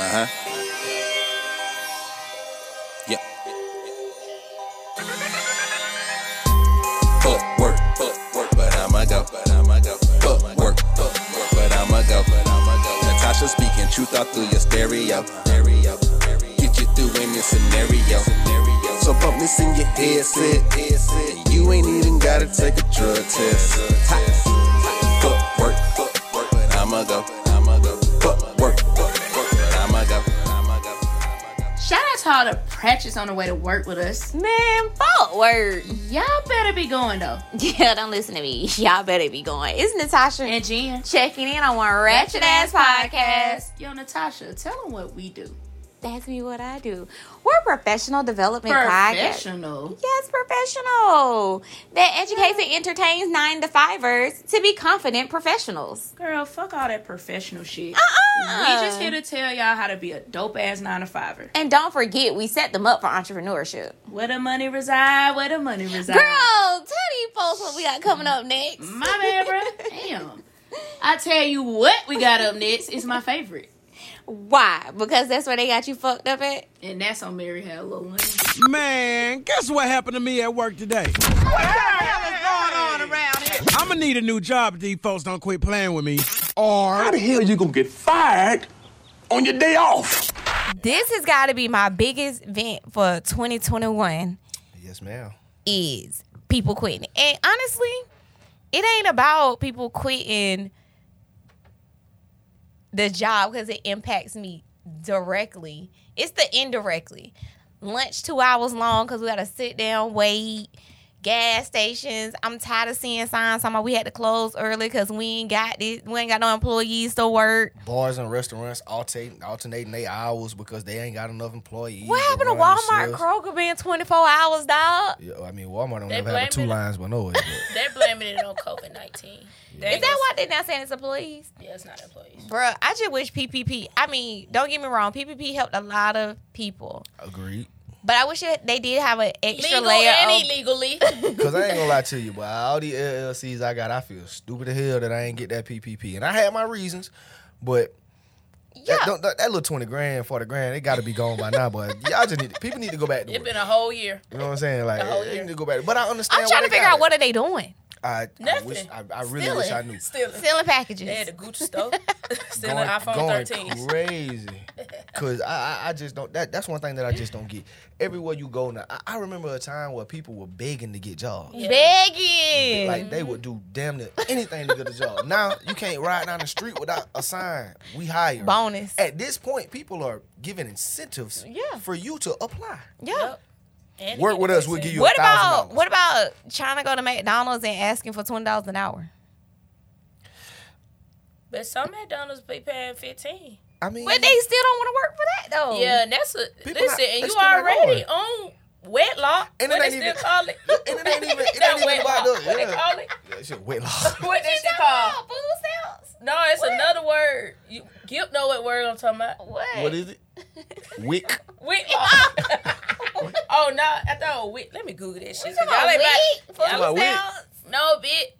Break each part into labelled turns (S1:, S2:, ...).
S1: Uh-huh. all through your stereo. Get you through any scenario. So bump this in your headset. And you ain't even gotta take a drug test. Ha. Fuck work, fuck work, but I'ma go. I'ma go. Fuck work, fuck work, but I'ma go. I'ma go. I'ma go.
S2: Shout out to all the pratchets on the way to work with us.
S3: Man, fault word.
S2: Y'all better be going though.
S3: Yeah, don't listen to me. Y'all better be going. It's Natasha
S2: And Jen.
S3: checking in on one ratchet ass podcast.
S2: Yo, Natasha, tell them what we do.
S3: That's me what I do. We're a professional development podcast.
S2: Professional.
S3: Yes, professional. That educates and entertains nine to fivers to be confident professionals.
S2: Girl, fuck all that professional shit.
S3: Uh-uh.
S2: We just here to tell y'all how to be a dope ass nine to fiver.
S3: and don't forget, we set them up for entrepreneurship.
S2: Where the money reside, where the money reside.
S3: Girl, tell these folks what we got coming up next.
S2: My bad, bruh. Damn. I tell you what we got up next is my favorite.
S3: Why? Because that's where they got you fucked up at?
S2: And that's on Mary Had a Little Lamb.
S4: Man, guess what happened to me at work today? What the hell is going on around here? I'm gonna need a new job if these folks don't quit playing with me. Or
S5: How the hell you gonna get fired on your day off?
S3: This has got to be my biggest vent for 2021.
S6: Yes, ma'am.
S3: is people quitting. And honestly, it ain't about people quitting the job because it impacts me directly. It's the indirectly. Lunch two hours long because we gotta sit down, wait. Gas stations. I'm tired of seeing signs. Talking about we had to close early because we ain't got this. We ain't got no employees to work.
S6: Bars and restaurants alternate, alternating their hours because they ain't got enough employees.
S3: What happened to
S6: run the
S3: Walmart,
S6: shifts.
S3: Kroger being 24 hours, dog?
S6: Yeah, I mean, Walmart don't
S7: They
S6: never have a two
S7: blaming-
S6: lines, but no. it-
S7: They're blaming it on COVID nineteen.
S3: Is that why they're not saying it's employees?
S7: Yeah, it's not employees.
S3: Bruh, I just wish PPP. I mean, don't get me wrong, PPP helped a lot of people,
S6: Agreed.
S3: but I wish it, they did have an extra
S7: Legal
S3: layer.
S7: and
S3: of,
S7: illegally.
S6: Cause I ain't gonna lie to you, but all the LLCs I got, I feel stupid as hell that I ain't get that PPP, and I had my reasons, but
S3: yeah,
S6: that, don't- that, that little twenty grand, forty grand, it got to be gone by now. But y'all just need people need to go back to
S7: It's
S6: work.
S7: been a whole year.
S6: You know what I'm saying? Like
S7: whole
S6: they
S7: year.
S6: need to go back. But I understand.
S3: I'm
S6: why
S3: trying to
S6: they
S3: figure
S6: got
S3: out
S6: it.
S3: what are they doing?
S6: I, I wish.
S7: Nothing.
S6: I, I really
S7: Stealing.
S6: wish I knew.
S7: Stealing.
S3: Selling packages.
S7: They had a Gucci store. Stealing iPhone
S6: going
S7: 13s.
S6: crazy. Cause I, I I just don't that that's one thing that I just don't get. Everywhere you go now, I, I remember a time where people were begging to get jobs.
S3: Begging.
S6: Like they would do damn near anything to get a job. Now you can't ride down the street without a sign. We hire.
S3: Bonus.
S6: At this point, people are giving incentives
S3: Yeah.
S6: for you to apply.
S3: yeah.
S7: And
S6: Work
S7: get
S6: with
S7: the
S6: us, we'll give you
S3: What about
S6: $1,000.
S3: what about trying to go to McDonald's and asking for twenty dollars an hour?
S7: But some McDonald's be paying fifteen.
S6: I mean,
S3: But they still don't want to work for that though.
S7: Yeah, and that's a
S6: People
S7: listen.
S6: not-
S7: and
S6: they
S7: you
S6: still not
S7: already
S6: going.
S7: on wedlock.
S6: And it
S7: what they
S6: ain't
S7: still
S6: even-
S7: call it?
S6: and it ain't even- it
S7: Not
S6: ain't even about
S7: wedlock.
S6: us,
S7: What they
S6: yeah.
S7: call it?
S6: that shit way long.
S7: What they shit
S3: Oh,
S7: called?
S3: food sales.
S7: No, it's another word. You Gip know what word I'm talking about?
S3: What?
S6: What is it? Wick.
S7: Whitlock. oh no, I thought wit. Let me Google that shit. 'cause
S3: Come on,
S7: y'all ain't
S3: Wheat?
S7: about-
S6: Talking
S7: y'all-
S6: about Wick.
S7: No, bit.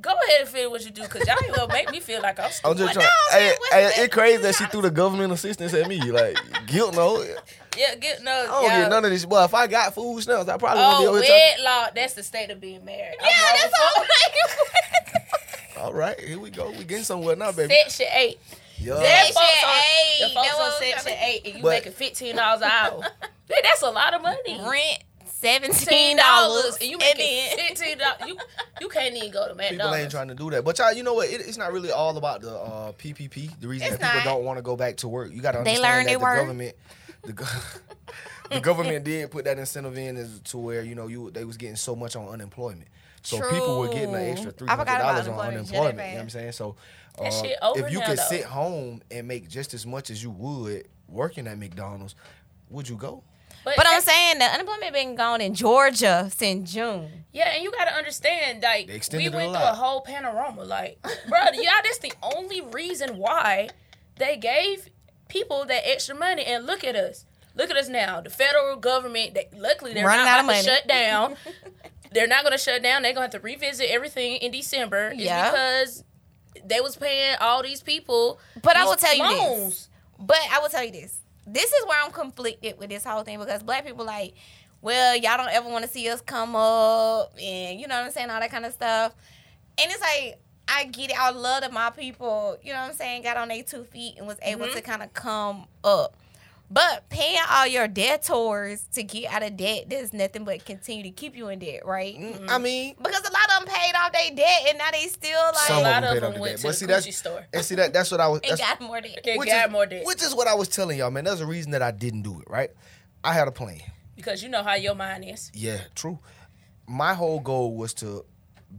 S7: Go ahead and feel what you do, cause y'all ain't gonna make me feel like I'm
S6: I'm
S7: stupid.
S6: just
S3: Well,
S6: trying.
S3: no,
S6: Hey,
S3: shit, what's
S6: hey,
S3: the-
S6: it crazy that she threw the government assistance at me. Like guilt, no.
S7: Yeah, Gip knows.
S6: I don't
S7: y'all.
S6: get none of this. Well, if I got food stamps, I probably
S7: Oh,
S6: wouldn't be over here
S7: wedlock. That's the state of being married.
S3: Yeah, that's all.
S6: talking. All right, here we go. We getting somewhere now, baby.
S7: Section eight.
S6: Yeah.
S7: That folks
S3: Section
S7: on,
S3: eight.
S7: The folks
S3: That
S7: on
S3: what we
S7: section
S3: gotta-
S7: eight, and you
S6: But-
S7: making fifteen dollars an hour. Man, that's a lot of money.
S3: Rent seventeen
S7: Fifteen
S3: dollars.
S7: dollars, and you making fifteen dollars. You you can't even go to
S6: People ain't
S7: McDonald's.
S6: trying to do that. But y'all, you know what? It, it's not really all about the uh, PPP. The reason
S3: It's
S6: that people
S3: not.
S6: don't want to go back to work, you got to
S3: They
S6: understand
S3: learned
S6: that
S3: their
S6: the
S3: worth.
S6: government, the, go- the government did put that incentive in as to where you know you they was getting so much on unemployment. So people were getting an extra
S3: True.
S6: three
S3: I forgot
S6: hundred
S3: about
S6: dollars on
S3: unemployment. Shut
S6: unemployment. You
S3: up,
S6: know what
S3: man.
S6: I'm saying? So uh,
S7: That shit over
S6: if you
S7: now,
S6: could
S7: though.
S6: sit home and make just as much as you would working at McDonald's, would you go?
S3: But I'm
S7: that's-
S3: saying the unemployment been gone in Georgia since June.
S7: yeah, and you got to understand, like
S6: They
S7: we
S6: extended it
S7: went
S6: a
S7: through a
S6: lot.
S7: whole panorama. Like, bro, yeah, that's the only reason why they gave people that extra money. And look at us. Look at us now. The federal government, they, luckily, they're
S3: Running
S7: not
S3: out of
S7: about to
S3: money.
S7: shut down. they're not going to shut down. They're going to have to revisit everything in December. It's
S3: Yeah.
S7: because they was paying all these people.
S3: But I
S7: these
S3: will tell you this.
S7: loans.
S3: But I will tell you this. This is where I'm conflicted with this whole thing because black people like, well, y'all don't ever want to see us come up and you know what I'm saying, all that kind of stuff. And it's like I I get it. I love that my people, you know what I'm saying, got on their two feet and was able
S6: Mm-hmm.
S3: to kind of come up. But paying all your debtors to get out of debt does nothing but continue to keep you in debt, right?
S6: I mean,
S3: Because a lot of them paid off their debt and now they still like
S6: some of
S8: lot
S6: them
S8: of
S6: paid
S8: them
S6: off the
S8: went
S6: debt.
S8: to
S6: But
S8: the
S6: see,
S8: Gucci
S6: that's
S8: store.
S6: and see that that's what I was.
S3: ain't
S6: That's,
S3: got more debt.
S8: They
S6: which
S8: got
S6: is,
S8: more debt.
S6: Which is what I was telling y'all, man. There's a reason that I didn't do it, right? I had a plan.
S8: because you know how your mind is.
S6: Yeah, true. My whole goal was to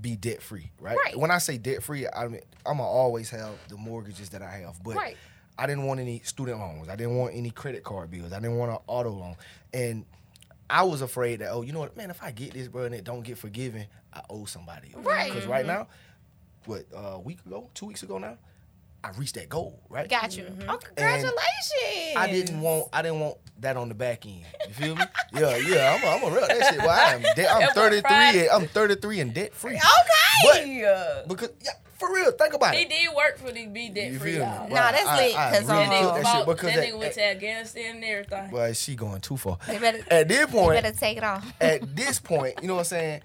S6: be debt free, right?
S3: Right.
S6: When I say debt free, I mean I'm gonna always have the mortgages that I have, but
S3: Right.
S6: I didn't want any student loans. I didn't want any credit card bills. I didn't want an auto loan, and I was afraid that oh, you know what, man, if I get this, bro, and it don't get forgiven, I owe somebody.
S3: Right.
S6: Because right now, what uh, a week ago, two weeks ago now, I reached that goal, right?
S3: Got you. Oh, congratulations.
S6: Mm-hmm. I didn't want I didn't want that on the back end. You feel me? yeah, yeah. I'm a, I'm a real that shit. Well, I am de- I'm
S8: That boy
S6: 33.
S8: fried.
S6: and- I'm 33 and debt free.
S3: Okay.
S6: Because yeah, for real, think about
S8: He
S6: it.
S8: did work for the be debt
S6: You
S8: free.
S6: feel me?
S8: y'all.
S6: Bro,
S3: Nah, that's
S6: I-
S3: lit,
S6: I
S3: 'cause,
S6: really
S3: um,
S8: That nigga
S6: took that shit
S8: fought-
S6: because
S8: that
S6: that-
S8: nigga went to Afghanistan and everything.
S6: well, she going too far.
S3: They better-
S6: At this
S3: You
S6: point,
S3: better take it off.
S6: at this point, you know what I'm saying?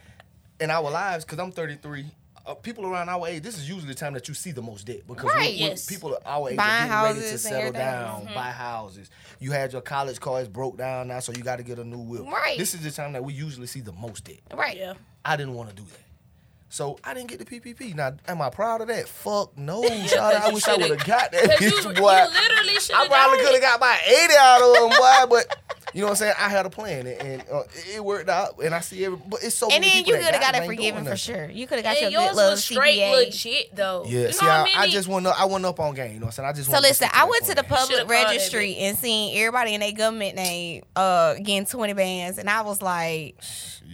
S6: In our lives, because I'm 33, uh, people around our age, this is usually the time that you see the most debt because
S3: Right.
S6: when- when
S8: Yes.
S6: people of our age
S3: Buying
S6: are getting ready
S3: houses
S6: to
S3: and
S6: settle
S3: everything.
S6: down, buy houses. You had your college cars broke down now, so you got to get a new wheel.
S3: Right.
S6: This is the time that we usually see the most debt.
S3: Right.
S8: yeah.
S6: I didn't want to do that. So I didn't get the PPP. Now, am I proud of that? Fuck no. child. I wish I would have got that
S8: Cause you,
S6: bitch,
S8: you
S6: boy.
S8: literally should
S6: I
S8: have
S6: probably could
S8: done
S6: have got
S8: it.
S6: my 80 out of them, boy, but you know what I'm saying? I had a plan and, and uh, it- it worked out. And I see every, but it's so
S3: And
S6: many
S3: then
S6: people
S3: you
S6: that
S3: could have got
S6: and
S3: it
S6: ain't
S3: forgiven
S6: doing
S3: for
S6: nothing.
S3: sure. You could have got
S8: And
S3: your
S8: yours
S3: good little
S8: was straight
S3: CPA.
S8: legit though.
S6: Yeah,
S8: you know
S6: see,
S8: how
S6: I,
S8: many?
S6: I just went up, I went up on game, you know what I'm saying? I just
S3: So
S6: wanted to
S3: listen,
S6: get
S3: I
S6: that
S3: went to
S6: point.
S3: the public
S8: Should've called that
S3: registry and seen everybody in their government name uh getting twenty bands, and I was like,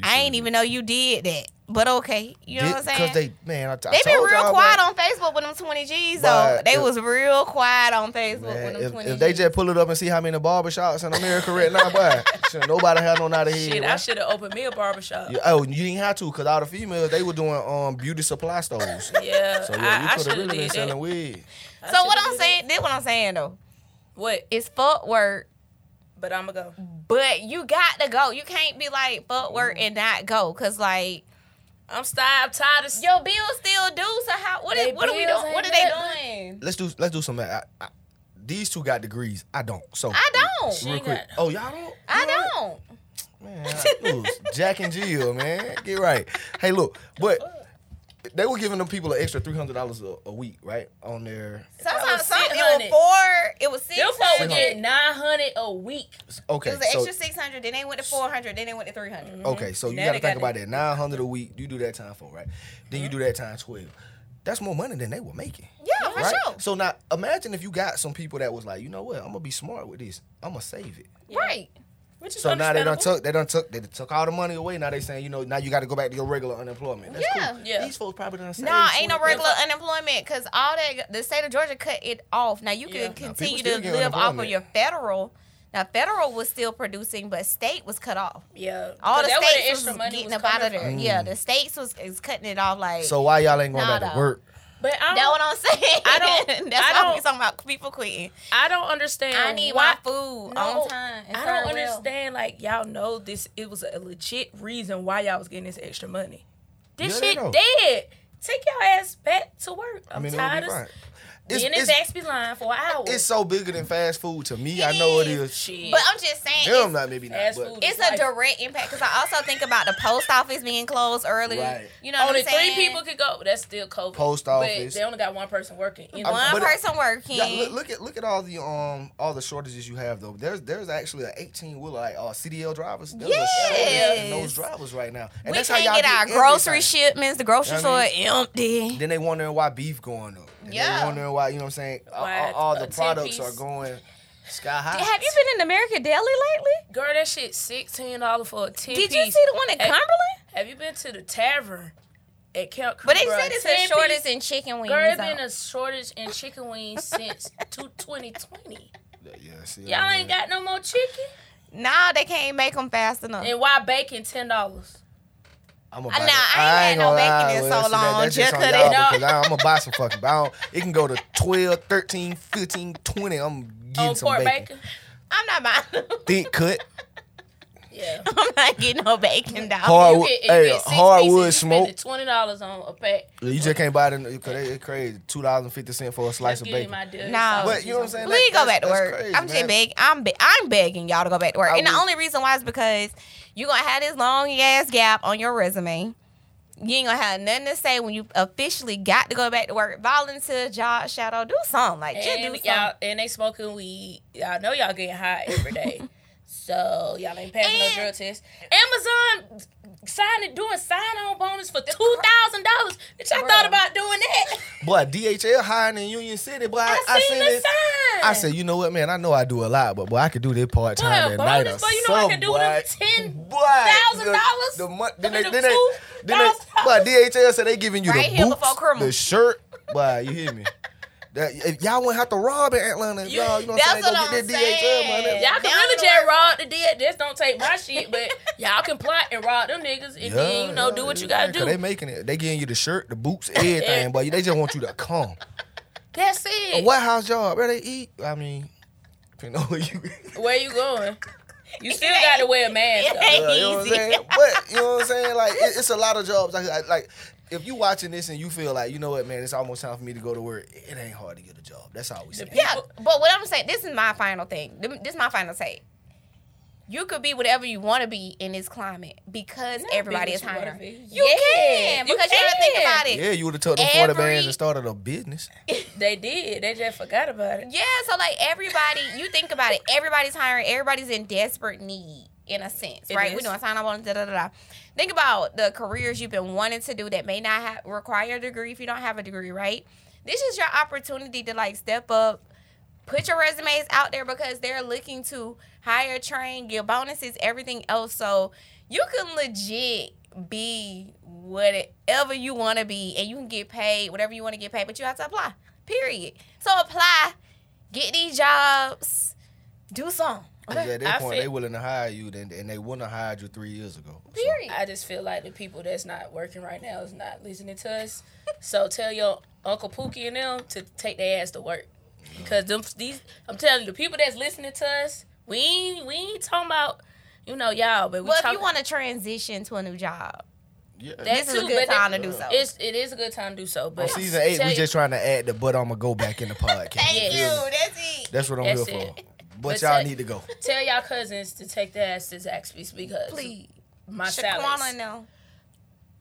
S3: I ain't even know you did that, but okay, you know what I'm saying?
S6: Because they, man, I, I
S3: They been
S6: told
S3: real
S6: y'all,
S3: quiet
S6: bro.
S3: on Facebook with them twenty Gs though.
S6: But
S3: They
S6: if-
S3: was real quiet on Facebook
S6: Man,
S3: with them
S6: if,
S3: twenty
S6: if they
S3: Gs.
S6: just pull it up and see how many barbershops in America right now, boy, shit, nobody had no out of here.
S8: Shit, I should have opened me a barbershop.
S6: You- oh, you didn't have to, cause all the females they were doing um beauty supply stores.
S8: Yeah,
S6: So yeah,
S8: I,
S6: you
S8: I
S6: could have
S8: should have
S6: really been
S8: did
S6: selling
S8: that.
S6: weed.
S8: I
S3: so what
S8: shoulda
S3: I'm
S8: did
S3: saying, did what I'm saying though,
S8: What?
S3: it's fuck work,
S8: But I'ma go.
S3: but you got to go. You can't be like fuck work and not go, cause like.
S8: I'm tired. I'm tired of. s-
S3: Your bills still due, so how? What,
S8: They
S3: is, what are we
S8: bills
S3: doing? What are
S8: ain't that
S3: they doing?
S6: Let's do let's do some. math. I, I, these two got degrees. I don't. So
S3: I don't.
S8: She
S6: Real
S8: ain't
S6: quick.
S8: got-
S6: Oh y'all don't.
S3: I don't.
S6: Man, I- it was Jack and Jill, man, get right. Hey, look, but they were giving them people an extra three hundred dollars a week, right, on their
S3: Sometimes
S8: was
S3: some, it was
S8: 600.
S3: four. It was six.
S8: Them folks would
S6: Six
S8: get nine hundred a week.
S6: okay.
S3: It was an
S6: so,
S3: extra six hundred. Then they went to four hundred. Then they went to three
S6: Okay, so you
S8: Now
S6: got to
S8: they
S6: think
S8: got
S6: about that. Nine hundred a week, you do that time four, right? Then you do that time twelve. That's more money than they were making.
S3: Yeah, for
S6: right?
S3: sure.
S6: So now imagine if you got some people that was like, you know what, I'm gonna be smart with this. I'm gonna save it.
S3: Right.
S8: Which is
S6: So now they done
S8: understandable.
S6: took they done took they done took all the money away. Now they saying, you know, now you gotta go back to your regular unemployment. That's
S3: Yeah.
S6: cool.
S8: Yeah.
S6: These folks probably done saved.
S3: Nah, ain't no
S6: 20
S3: regular unemployment because all that the state of Georgia cut it off. Now you
S8: Yeah.
S3: can
S8: Nah,
S3: continue
S6: still
S3: to
S6: get
S3: live off of
S6: unemployment.
S3: your federal. Now federal was still producing, but state was cut off.
S8: Yeah.
S3: All
S8: But
S3: the
S8: that where
S3: states was
S8: extra money
S3: getting
S8: was
S3: up out
S8: coming
S3: of there.
S8: from.
S3: Yeah, the states was is cutting it off like.
S6: So why y'all ain't going
S3: Nah,
S6: back
S3: dawg.
S6: to work?
S8: But
S3: That's
S8: I don't.
S3: what I'm saying.
S8: I don't-
S3: That's
S8: I
S3: why
S8: don't-
S3: we talking about people quitting.
S8: I don't understand.
S3: I need
S8: why
S3: my food on time. and
S8: Oh, I
S3: served
S8: don't
S3: well.
S8: understand. Like y'all know this, it was a legit reason why y'all was getting this extra money. This
S6: Yeah, they know.
S8: shit dead. Take your ass back to work. I'm
S6: I mean, it'll
S8: tired
S6: be
S8: of
S6: fine.
S8: s-
S6: It's,
S8: being in
S6: it's,
S8: Zaxby line for hours.
S6: it's so bigger than fast food to me. I know it is.
S8: Shit.
S3: But I'm just saying,
S6: Damn,
S3: it's,
S6: not maybe not.
S8: Fast
S6: But
S8: food is
S3: it's a
S8: life.
S3: direct impact because I also think about the post office being closed earlier.
S6: Right.
S3: You know,
S8: Only
S3: what I'm
S8: three
S3: saying?
S8: people could go. That's still COVID.
S6: Post
S8: But
S6: office.
S8: they only got one person working. You know?
S3: One
S6: But-
S3: person working.
S6: Yeah, look, look at look at all the um all the shortages you have though. There's there's actually an 18 wheeler like uh, CDL drivers. There's a shortage in
S3: Yes.
S6: those drivers right now. And
S3: we
S6: that's how
S3: can't
S6: y'all
S3: get our
S6: everything.
S3: grocery shipments. The grocery
S6: You know what I
S3: store empty.
S6: Then they wondering why beef going up. Then
S3: Yeah.
S6: They wondering why you know what I'm saying. all-
S8: Why
S6: all, all
S8: a
S6: the
S8: 10
S6: products
S8: piece-
S6: are going sky high.
S3: Have you been in American Deli lately?
S8: Girl, that shit sixteen dollars for a ten
S3: Did you
S8: piece.
S3: see the one in
S8: Hey,
S3: Cumberland?
S8: Have you been to the tavern at Camp?
S3: But they
S8: Bruh,
S3: said it's
S8: 10
S3: the shortest
S8: piece-
S3: in chicken wings.
S8: Girl, it
S3: though.
S8: been a shortage in chicken wings since two- 2020.
S6: Yeah, see,
S8: Y'all ain't got no more chicken.
S3: nah, they can't make them fast enough.
S8: And why bacon ten dollars?
S6: I'm
S3: Nah, I ain't had no
S6: gonna lie.
S3: bacon in so
S6: see,
S3: long.
S6: that's
S3: Just
S6: on
S3: 'cause
S6: y'all
S3: it don't-
S6: because I, I'm gonna buy some fucking. But I don't, it can go to 12, 13, 15, 20. I'm getting
S8: On
S6: some
S8: Oh, pork
S6: bacon.
S8: bacon.
S3: I'm not buying them.
S6: Thick cut.
S8: Yeah.
S9: I'm not getting no bacon dog.
S3: Oh,
S6: Hardwood,
S8: You get- if you
S6: hey,
S8: get six
S6: hardwood
S8: pieces, you
S6: smoke.
S8: spending Twenty dollars on a pack.
S6: You just can't buy them because they it's crazy. Two dollars and fifty cent for a slice
S8: Let's
S6: of
S8: give me
S6: bacon.
S8: my deal.
S9: No.
S8: Sausage
S6: But you know what I'm
S8: or
S6: saying?
S9: We can go
S6: That-
S9: back to
S6: that's-
S9: work.
S6: that's crazy,
S9: I'm just
S6: man.
S9: beg. I'm be- I'm begging y'all to go back to work.
S6: I
S9: and the
S6: would.
S9: only reason why is because you're gonna have this long ass gap on your resume. You ain't gonna have nothing to say when you officially got to go back to work. Volunteer, job, shadow, do something like just do
S8: And
S9: something.
S8: y'all and they smoking weed. Y'all know y'all getting high every day. so y'all ain't passing
S9: And-
S8: no drug test. Amazon signing doing sign on bonus for two thousand dollars. Bitch, I thought about doing that.
S6: Boy, DHL hiring in Union City, boy. I,
S8: I,
S6: I
S8: seen
S6: seen
S8: the
S6: it.
S8: sign.
S6: I said, you know what, man? I know I do a lot, but boy, I could do this part
S8: Boy,
S6: time at night or
S8: bonus, boy, you know I can do them
S6: something,
S8: ten
S6: boy.
S8: thousand
S6: The-
S8: dollars.
S6: The month, then they,
S8: Them
S6: then they,
S8: two
S6: then they, boy,
S8: thousand
S6: DHL said they giving you
S9: Right
S6: the
S9: here
S6: boots,
S9: before Kerma.
S6: the shirt, boy. You hear me? That, if y'all wouldn't have to rob in Atlanta,
S8: You-
S6: y'all. You know what I'm saying?
S9: that's
S6: Go
S9: what
S6: get
S9: I'm
S6: that DHL money.
S9: saying.
S8: Y'all can
S9: Down
S8: really
S9: to
S8: just
S9: the-
S8: rob the dead. Just don't take my shit, but y'all can plot and rob them niggas and then you know do what you gotta
S6: yeah, 'cause
S8: do.
S6: They making it. They giving you the shirt, the boots, everything, but they just want you to come.
S8: That's it.
S6: A White House job, where they eat? I mean, you know where you.
S8: Where you going? You still got to wear a mask.
S9: It
S8: though.
S9: ain't
S6: Uh, you know what I'm
S9: easy.
S6: saying? But you know what I'm saying? Like it- it's a lot of jobs. Like, I- like if you watching this and you feel like you know what, man, it's almost time for me to go to work. It ain't hard to get a job. That's all we say.
S9: Yeah, but what I'm saying, this is my final thing. Th- This is my final take. You could be whatever you want to be in this climate because
S8: be
S9: everybody
S8: what
S9: is
S8: you wanna
S9: hiring.
S8: be.
S9: You
S8: Yeah,
S9: can
S8: you
S9: because you gotta think
S8: can.
S9: about it.
S6: Yeah, you would have took them forty
S9: Every-
S6: bands and started a business.
S8: They did. They just forgot about it.
S9: Yeah, so like everybody, you think about it, everybody's hiring, everybody's in desperate need in a sense,
S8: It
S9: right? We
S8: is.
S9: doing sign up on da da da. da. Think about the careers you've been wanting to do that may not have, require a degree if you don't have a degree, right? This is your opportunity to like step up, put your resumes out there because they're looking to hire, train, give bonuses, everything else. So you can legit be whatever you want to be and you can get paid whatever you want to get paid, but you have to apply. Period. So apply, get these jobs, do some.
S6: Because at
S8: I
S6: that point,
S8: feel-
S6: they willing to hire you, then and they wouldn't have hired you three years ago. So,
S9: Period.
S8: I just feel like the people that's not working right now is not listening to us. So tell your Uncle Pookie and them to take their ass to work. Because them these I'm telling you, the people that's listening to us, we ain't we ain't talking about, you know, y'all, but we
S9: well, if
S8: talking
S9: you want to transition to a new job,
S6: yeah.
S8: that
S9: this is a
S8: too,
S9: good
S8: but
S9: time to
S8: it-
S9: do so.
S8: It's it is a good time to do so. But
S6: On season eight,
S8: tell
S6: we
S8: you-
S6: just trying to add the but I'ma go back in the podcast.
S9: Thank
S6: You feel me?
S9: you. That's it.
S6: That's what I'm
S8: That's
S6: here for.
S8: it.
S6: But,
S8: But
S6: y'all
S8: say-
S6: need to go.
S8: tell y'all cousins to take their ass to Zaxby's because
S9: Please.
S8: my
S9: Shaquana,
S8: salads.
S9: no.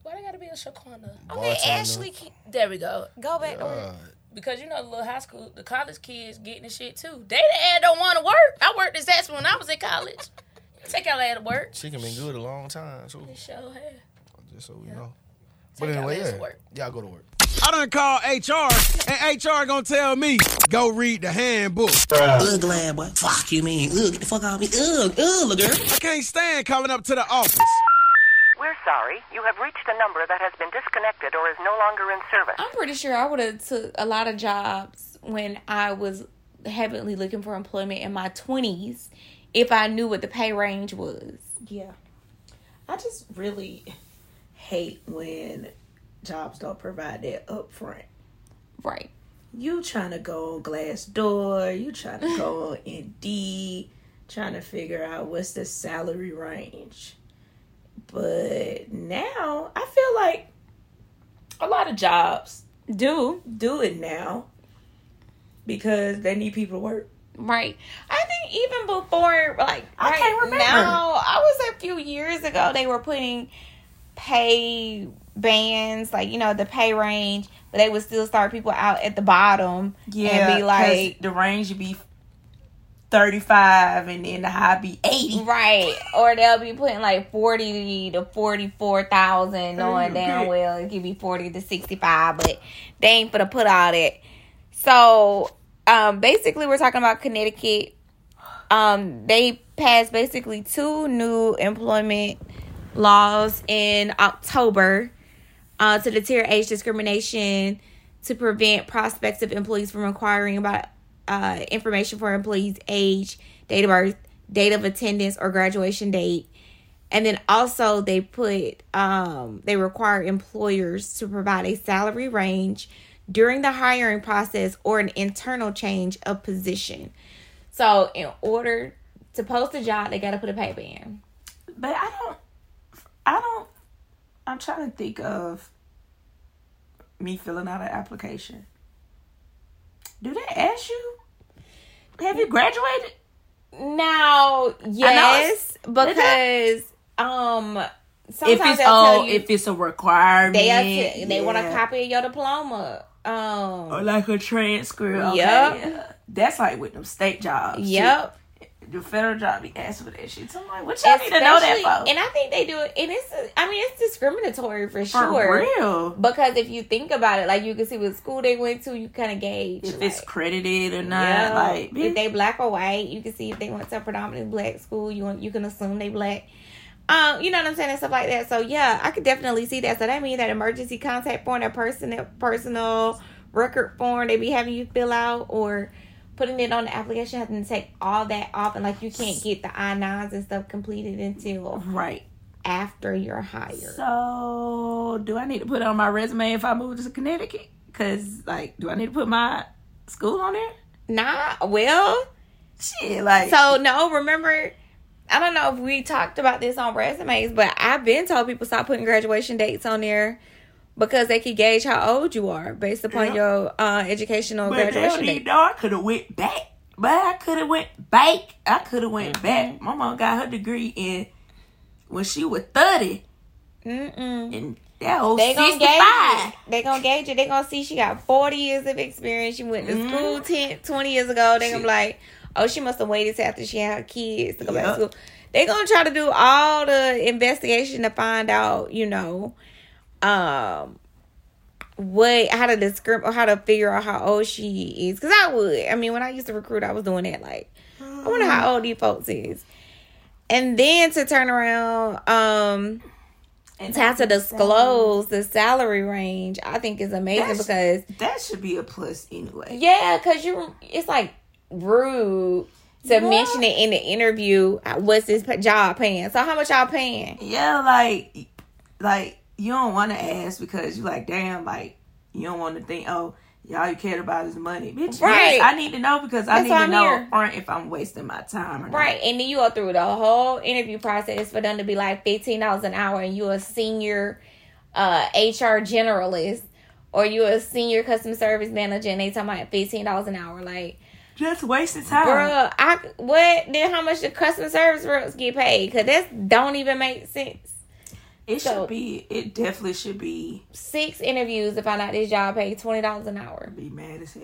S8: Why they gotta be a Shaquana?
S9: Okay,
S6: Bartender.
S9: Ashley, keep-
S8: There we go.
S9: go back to work.
S6: Uh,
S8: Because you know the little high school, the college kids getting the shit too. They the ad don't want to work. I worked this ass when I was in college. Take y'all ad to work.
S6: chicken been good a long time, so
S8: Show her.
S6: just so we know. But anyway,
S8: y'all ass
S6: yeah,
S8: to work.
S6: y'all go to work.
S4: I done called HR, and HR gonna tell me, go read the handbook.
S10: Ugh, glad boy. Fuck you, man. Ugh, get the fuck off me. Ugh, ugh, little girl.
S4: I can't stand calling up to the office.
S11: We're sorry. You have reached a number that has been disconnected or is no longer in service.
S3: I'm pretty sure I would have took a lot of jobs when I was heavily looking for employment in my 20s if I knew what the pay range was.
S7: Yeah. I just really hate when jobs don't provide that upfront.
S3: Right.
S7: You trying to go on Glassdoor, you trying to go on Indeed, trying to figure out what's the salary range. But now I feel like a lot of jobs
S3: Do.
S7: do it now because they need people to work.
S3: Right. I think even before, like,
S7: I
S3: right
S7: can't remember.
S3: now, I was a few years ago, they were putting pay bands, like, you know, the pay range, but they would still start people out at the bottom and be
S7: 'cause
S3: like,
S7: the range would be thirty five, and then the high be eighty.
S3: Right. Or they'll be putting like forty to forty four thousand knowing damn well it could be forty to sixty five, but they ain't gonna put all that. So um basically we're talking about Connecticut. Um they passed basically two new employment laws in October uh, to deter age discrimination to prevent prospective employees from inquiring about uh, information for employees' age, date of birth, date of attendance, or graduation date. And then also they put um, they require employers to provide a salary range during the hiring process or an internal change of position. So in order to post a job, they got to put a pay band.
S7: But I don't. I don't. I'm trying to think of me filling out an application. Do they ask you? Have you graduated?
S3: Now, yes, because um, sometimes
S7: if it's
S3: they'll
S7: oh,
S3: tell you
S7: if it's a requirement,
S3: they are t- they want a
S7: yeah.
S3: copy of your diploma. Um,
S7: or like a transcript. Okay.
S3: Yep.
S7: That's like with them state jobs. too.
S3: Yep.
S7: The federal job be asking for that shit. So I'm like, what y'all need to know that
S3: Especially-
S7: for?
S3: And I think they do it, and it's I mean it's discriminatory for,
S7: For
S3: sure.
S7: real.
S3: Because if you think about it, like you can see what school they went to, you kind of gauge
S7: if it's credited or not.
S3: Yeah,
S7: Like,
S3: Uh, if they black or white, you can see if they went to a predominantly black school. You want- you can assume they black. Um, you know what I'm saying and stuff like that. So yeah, I could definitely see that. So that means that emergency contact form, that personal personal record form, they be having you fill out or putting it on the application, having to take all that off, and like you can't get the I nines and stuff completed until
S7: right
S3: after you're hired.
S7: So, do I need to put it on my resume if I move to Connecticut? Cause like, do I need to put my school on there?
S3: Nah, well,
S7: shit, like
S3: so. No, remember, I don't know if we talked about this on resumes, but I've been told people stop putting graduation dates on there because they can gauge how old you are based upon
S7: Yeah.
S3: your uh, educational
S7: But hell,
S3: graduation
S7: you
S3: date.
S7: know, I could have went back. But I could have went back. I could have went
S3: Mm-hmm.
S7: back. My mom got her degree in when she was thirty.
S3: Mm-mm.
S7: And that old
S3: They gonna gauge
S7: 65.
S3: it. They gonna gauge it. They gonna see she got forty years of experience. She went to school 10, 20 years ago. They gonna be like, oh, she must have waited till after she had her kids to go back to
S7: Yep.
S3: school. They gonna try to do all the investigation to find out, you know, um, what how to describe or how to figure out how old she is. Cause I would. I mean, when I used to recruit, I was doing that. Like, I wonder how old these folks is. And then to turn around, um, to have to disclose the salary range, I think is amazing
S7: That's-
S3: because
S7: That should be a plus anyway.
S3: yeah, because you it's like rude to mention it in the interview. uh, What's this p- job paying? So how much y'all paying?
S7: Yeah, like like you don't want to ask because you like damn like you don't want to think oh y'all you cared about is money bitch
S3: Right.
S7: yes, I need to know because I
S3: That's why
S7: need to know
S3: I'm here.
S7: upfront if I'm wasting my time or not.
S3: Right, and then you go through the whole interview process for them to be like fifteen dollars an hour, and you a senior uh, HR generalist, or you a senior customer service manager, and they talking about fifteen dollars an hour. Like,
S7: just wasting time
S3: Bruh, I what? Then how much the customer service reps get paid? Cause that don't even make sense.
S7: it
S3: So-
S7: should be it definitely should be
S3: Six interviews to find out this job paid twenty dollars an hour.
S7: be mad as hell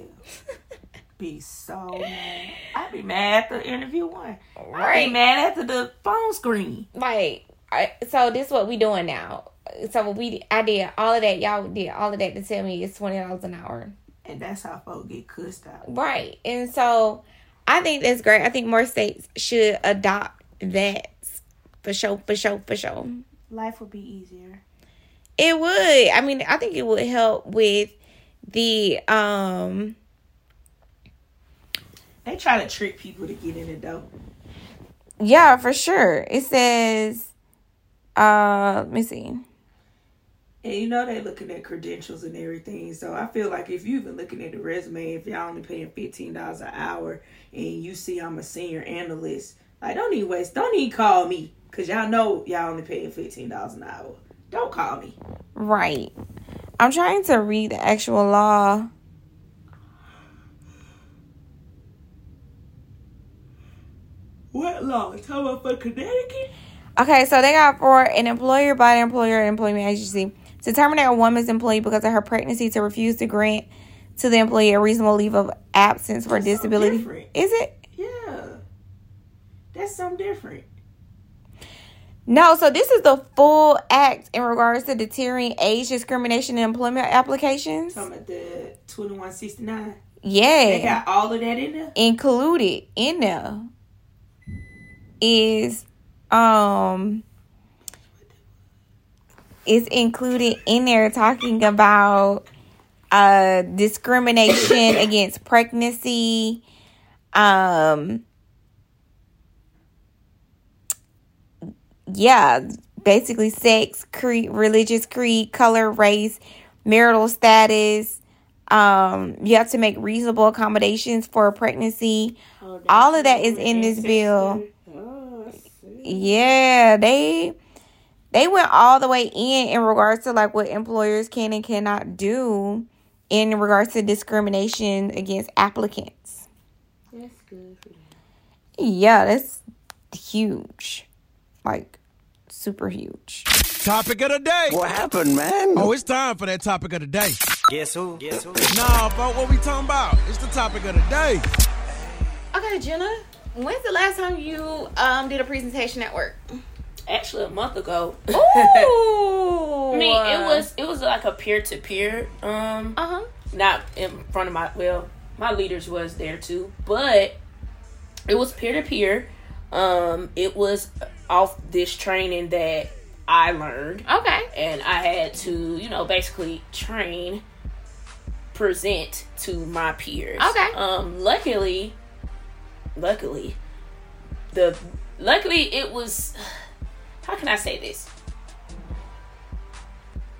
S7: be so mad I'd be mad after interview one I'd
S3: Right.
S7: be mad after the phone screen
S3: Like, I, so this is what we doing now. So we, I did all of that. Y'all did all of that to tell me it's twenty dollars an hour.
S7: and that's how folk get cussed out
S3: Right. And so I think that's great. I think more states should adopt that for sure, for sure, for sure.
S7: life would be easier
S3: It would. I mean, I think it would help with the um
S7: they try to trick people to get in the door
S3: Yeah, for sure. It says uh let me see.
S7: And you know they looking at credentials and everything. So I feel like if you've been looking at the resume, if y'all only paying fifteen dollars an hour and you see I'm a senior analyst, like don't even waste don't even call me. Cause y'all know y'all only paying fifteen dollars an hour. Don't call me.
S3: Right. I'm trying to read the actual law.
S7: What law? Tell about for Connecticut?
S3: Okay, so they got for an employer by an employer employment agency to terminate a woman's employee because of her pregnancy to refuse to grant to the employee a reasonable leave of absence for disability.
S7: different.
S3: Is it?
S7: Yeah. That's something different.
S3: No, so this is the full act in regards to deterring age discrimination in employment applications.
S7: Talking about the twenty one sixty nine. They
S3: Yeah.
S7: got all of that in there.
S3: Included in there is um is included in there talking about uh discrimination against pregnancy um yeah basically sex creed religious creed color race marital status um you have to make reasonable
S8: Oh,
S3: accommodations for a pregnancy all of that is in this bill yeah, they they went all the way in in regards to like what employers can and cannot do in regards to discrimination against applicants.
S8: That's good for them.
S3: Yeah, that's huge. Like super huge.
S4: Topic of the day. What happened, man? Oh, it's time for that topic of the day. Guess who? Guess who? Nah, folks, what we talking about? It's the topic of the day.
S3: Okay, Jenna, when's the last time you um did a presentation at work?
S7: Actually, a month ago.
S3: Ooh.
S7: I mean, it was it was like a peer to peer. Um,
S3: uh-huh.
S7: not in front of my well, my leaders was there too, but it was peer to peer. Um, it was off this training that I learned.
S3: Okay.
S7: and I had to, you know, basically train, present to my peers.
S3: Okay.
S7: Um, luckily, luckily, the luckily it was. How can I say this?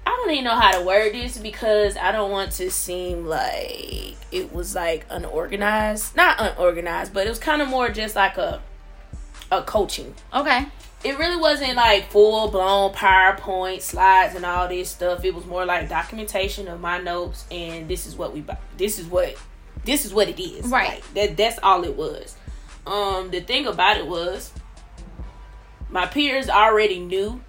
S7: I don't even know how to word this because I don't want to seem like it was like unorganized. Not unorganized, but it was kind of more just like a a coaching
S3: Okay.
S7: it really wasn't like full blown PowerPoint slides and all this stuff. It was more like documentation of my notes and this is what we bu- this is what this is what it is.
S3: Right.
S7: Like, that that's all it was. Um the thing about it was my peers already knew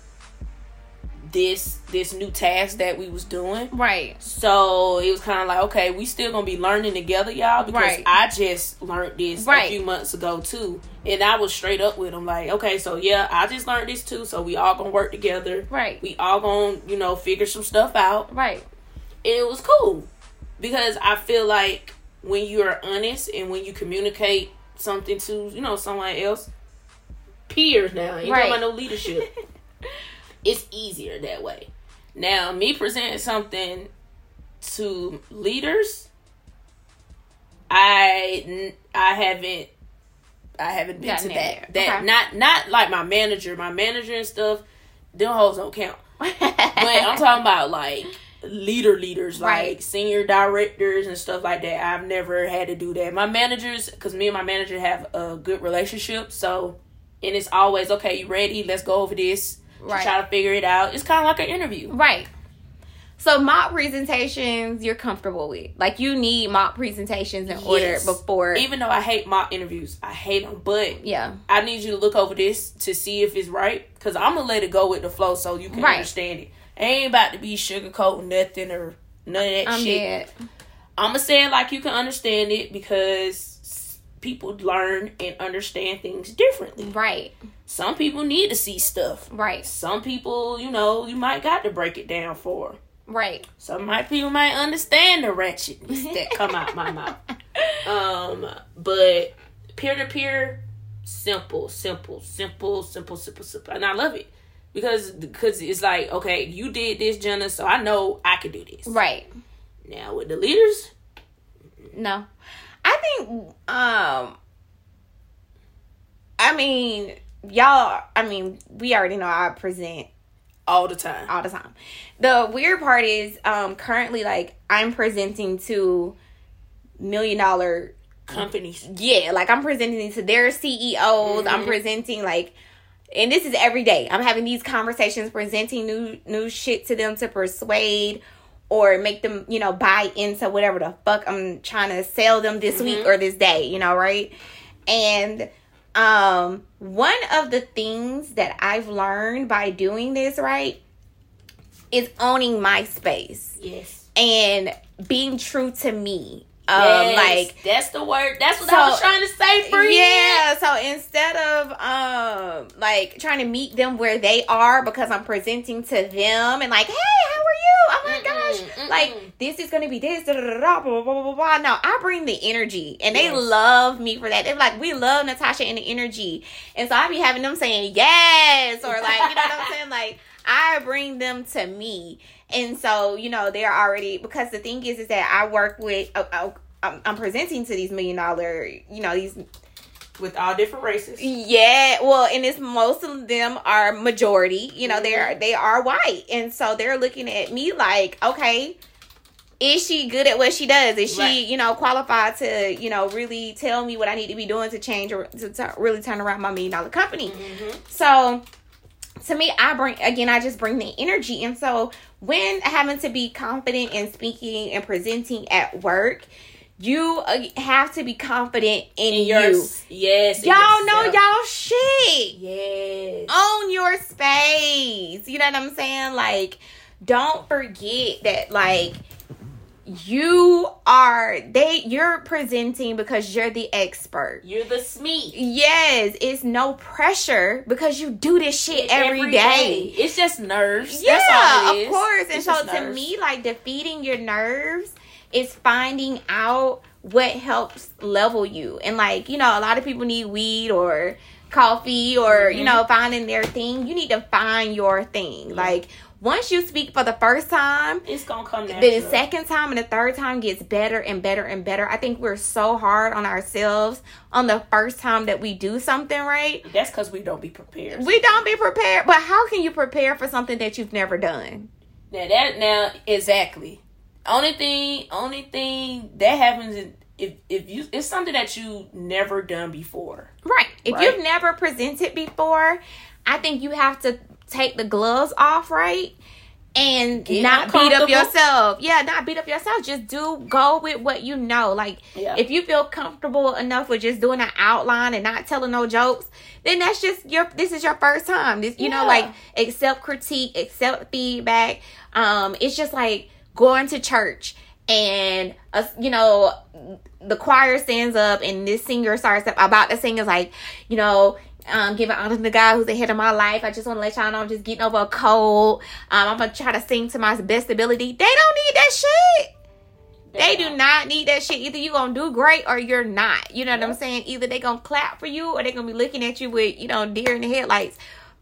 S7: this this new task that we was doing.
S3: Right.
S7: So it was kind of like, okay, we still gonna be learning together, y'all, because
S3: Right.
S7: I just learned this
S3: Right.
S7: a few months ago too, and I was straight up with them, like, okay, so yeah, I just learned this too, so we all gonna work together,
S3: Right.
S7: We all gonna, you know, figure some stuff out.
S3: Right.
S7: It was cool because I feel like when you are honest and when you communicate something to, you know, someone else, peers now, you
S3: Right.
S7: talking about no leadership, it's easier that way. Now, me presenting something to leaders, I n- I haven't I haven't been to
S3: Gotten in
S7: that.
S3: there.
S7: That
S3: Okay.
S7: not not like my manager, my manager and stuff. Them hoes don't count. but I'm talking about like leader leaders, like
S3: Right.
S7: senior directors and stuff like that. I've never had to do that. My managers, because me and my manager have a good relationship, so and it's always okay. You ready? Let's go over this.
S3: Right.
S7: Right. Try to figure it out. It's kind of like an interview.
S3: Right. So mock presentations you're comfortable with. Like you need mock presentations in order
S7: Yes.
S3: before
S7: Even though I hate mock interviews, I hate them, but
S3: yeah.
S7: I need you to look over this to see if it's right because I'm gonna let it go with the flow so you can
S3: Right.
S7: understand it. I ain't about to be sugarcoating nothing or none of that
S3: I'm
S7: shit.
S3: dead.
S7: I'm gonna say it like you can understand it because s- people learn and understand things differently.
S3: Right.
S7: Some people need to see stuff.
S3: Right.
S7: Some people, you know, you might got to break it down for.
S3: Right.
S7: Some might people might understand the ratchetness that come out my mouth. Um, but peer to peer, simple, simple, simple, simple, simple, simple, and I love it because because it's like okay, you did this, Jenna, so I know I can do this.
S3: Right.
S7: Now with the leaders,
S3: No. I think um I mean y'all I mean we already know I present
S7: all the time.
S3: all the time. The weird part is um currently like I'm presenting to million dollar
S7: Companies,
S3: yeah, like I'm presenting to their CEOs.
S7: Mm-hmm.
S3: I'm presenting like, and this is every day. I'm having these conversations, presenting new new shit to them to persuade or make them, you know, buy into whatever the fuck I'm trying to sell them this
S7: Mm-hmm.
S3: week or this day. You know, right? And um, one of the things that I've learned by doing this, right, is owning my space
S7: yes,
S3: and being true to me. Um,
S7: yes,
S3: like
S7: that's the word. That's what I was
S3: So-
S7: trying to say for you.
S3: yeah, so instead of um like trying to meet them where they are because I'm presenting to them and like, hey, how are you? Oh my gosh, like this is gonna be this, da, da, da, da, blah, blah, blah, blah, blah. No, I bring the energy and they
S7: Yes.
S3: love me for that. They're like, we love Natasha and the energy. And so I be having them saying yes or like, you know what I'm saying? Like I bring them to me. And so, you know, they're already because the thing is is that I work with uh, uh, I'm, I'm presenting to these million dollar, you know, these
S7: With all different races,
S3: yeah, well, and it's most of them are
S7: Mm-hmm.
S3: majority. You know, they are they are white, and so they're looking at me like, okay, is she good at what she does? Is she, you know, qualified to, you know, really tell me what I need to be doing to change or to tu- really turn around my million dollar company?
S7: Mm-hmm.
S3: So to me, I bring again, I just bring the energy. And so when having to be confident in speaking and presenting at work, you uh, have to be confident in, you.
S7: Yes.
S3: Y'all know y'all shit.
S7: Yes.
S3: Own your space. You know what I'm saying? Like, don't forget that, like, you are they you're presenting because you're the expert.
S7: You're the Smee.
S3: Yes, it's no pressure because you do this shit every day.
S7: It's just nerves.
S3: Yeah,
S7: That's all it is.
S3: of course. And
S7: It's
S3: so
S7: just
S3: to
S7: nerves.
S3: me, like defeating your nerves is finding out what helps level you. And like, you know, a lot of people need weed or coffee or,
S7: Mm-hmm.
S3: you know, finding their thing. You need to find your thing. Like once you speak for the first time,
S7: it's gonna come
S3: the
S7: natural.
S3: second time and the third time gets better and better and better. I think we're so hard on ourselves on the first time that we do something right.
S7: That's because we don't be prepared.
S3: We don't be prepared, but how can you prepare for something that you've never done?
S7: Now that now exactly. Only thing, only thing that happens is if if you it's something that you never done before.
S3: Right. If
S7: Right.
S3: you've never presented before, I think you have to take the gloves off, right? And
S7: Get
S3: not beat up
S7: uncomfortable.
S3: yourself. Yeah, not beat up yourself. Just do go with what you know. Like
S7: Yeah.
S3: if you feel comfortable enough with just doing an outline and not telling no jokes, then that's just your this is your first time. This you know,
S7: Yeah.
S3: like accept critique, accept feedback. Um, it's just like going to church and uh, you know the choir stands up and this singer starts up about to sing is like, you know, um, giving honor to God who's ahead of my life. I just want to let y'all know I'm just getting over a cold. Um, I'm gonna try to sing to my best ability. They don't need that shit. They do not need that shit. Either you gonna do great or you're not. You know what I'm saying? Either they gonna clap for you or they gonna be looking at you with, you know, deer in the headlights.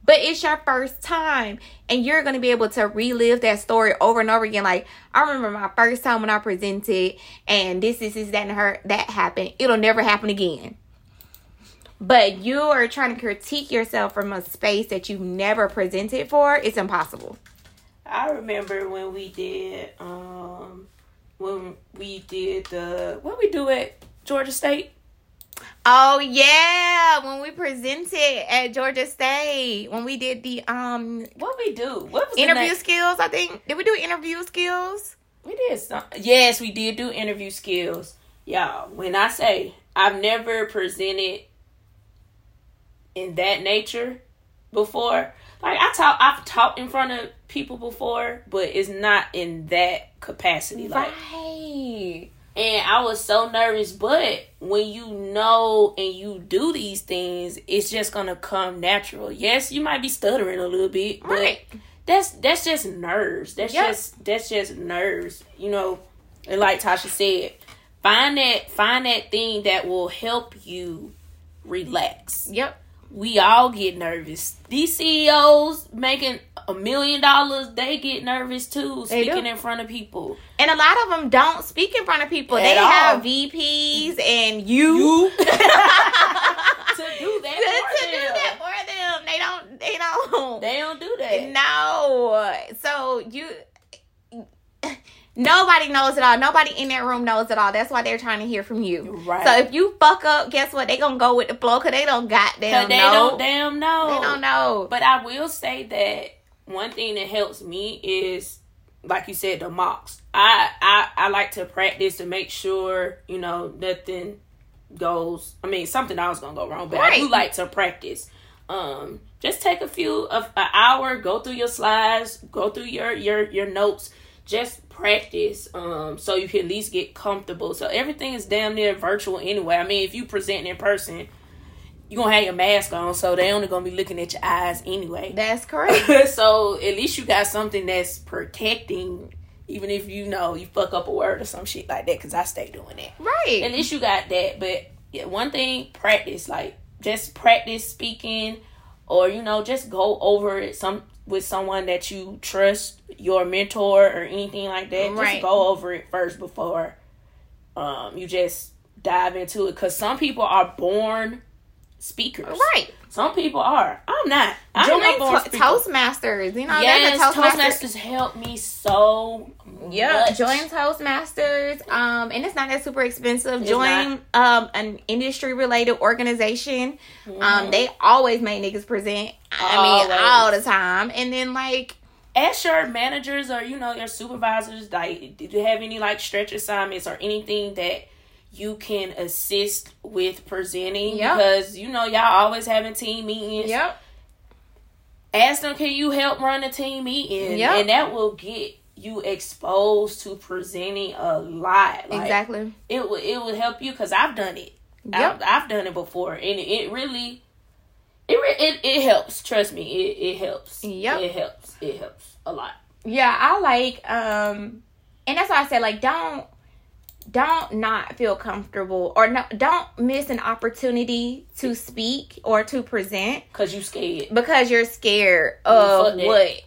S3: But it's your first time and you're gonna be able to relive that story over and over again. Like, I remember my first time when I presented and this, this, this, that, and her that happened. It'll never happen again. But you are trying to critique yourself from a space that you've never presented for, it's impossible.
S7: I remember when we did um when we did the what we do at Georgia State.
S3: Oh yeah, when we presented at Georgia State, when we did the um
S7: What we do? What was the
S3: interview
S7: name?
S3: skills, I think. Did we do interview skills?
S7: We did some. Yes, we did do interview skills, y'all. When I say I've never presented in that nature before, like I talk, I've talked in front of people before, but it's not in that capacity. Like,
S3: Right.
S7: and I was so nervous. But when you know and you do these things, it's just gonna come natural. Yes, you might be stuttering a little bit, but
S3: Right.
S7: that's that's just nerves. That's
S3: Yep.
S7: just that's just nerves. You know, and like Tasha said, find that find that thing that will help you relax.
S3: Yep.
S7: We all get nervous. These CEOs making a million dollars, they get nervous too,
S3: They do.
S7: speaking in front of people.
S3: And a lot of them don't speak in front of people.
S7: At
S3: they
S7: all.
S3: have VPs and you,
S7: to do
S3: to,
S7: that,
S3: to
S7: for
S3: do
S7: them.
S3: that for them. They don't they don't
S7: They don't do that.
S3: No. So you nobody knows it all. Nobody in that room knows it all. That's why they're trying to hear from you.
S7: Right.
S3: So if you fuck up, guess what? They gonna go with the flow because they don't goddamn
S7: 'Cause they
S3: know.
S7: don't damn know.
S3: They don't know.
S7: But I will say that one thing that helps me is, like you said, the mocks. I I, I like to practice to make sure you know nothing goes. I mean, something always gonna go wrong, but I do
S3: Right.
S7: like to practice. Um, just take a few of an hour, go through your slides, go through your your your notes. Just practice, um, so you can at least get comfortable. So everything is damn near virtual anyway. I mean, if you present in person, you gonna have your mask on, so they only gonna be looking at your eyes anyway.
S3: That's correct.
S7: so at least you got something that's protecting, even if you know you fuck up a word or some shit like that. Cause I stay doing that.
S3: Right.
S7: At least you got that. But yeah, one thing, practice. Like just practice speaking, or you know, just go over it some with someone that you trust, your mentor or anything like that.
S3: Right.
S7: Just go over it first before um you just dive into it. Cause some people are born
S8: speakers.
S3: Right.
S8: Some people are. I'm not. I'm
S3: Join
S8: not going
S3: to-
S8: speaker.
S3: Toastmasters. You know,
S8: Yes,
S3: there's a
S8: Toastmasters helped me so
S3: Yeah,
S8: much.
S3: join Toastmasters. Um, and it's not that super expensive.
S8: It's
S3: join um an industry related organization.
S8: Mhm.
S3: Um, they always make niggas present. I mean,
S8: Always.
S3: all the time. And then like
S8: ask your managers or you know your supervisors like do you have any like stretch assignments or anything that you can assist with presenting
S3: Yep.
S8: because you know y'all always having team meetings
S3: Yep.
S8: ask them can you help run a team meeting
S3: Yep.
S8: and that will get you exposed to presenting a lot Like,
S3: exactly.
S8: it will it will help you because i've done it
S3: Yep.
S8: I've, I've done it before and it, it really it, re- it it helps trust me it, it helps
S3: Yep.
S8: it helps it helps a lot
S3: Yeah, I like um and that's why I said like don't don't not feel comfortable or no, don't miss an opportunity to speak or to present
S8: because you scared
S3: because you're scared
S8: fuck
S3: of
S8: that.
S3: what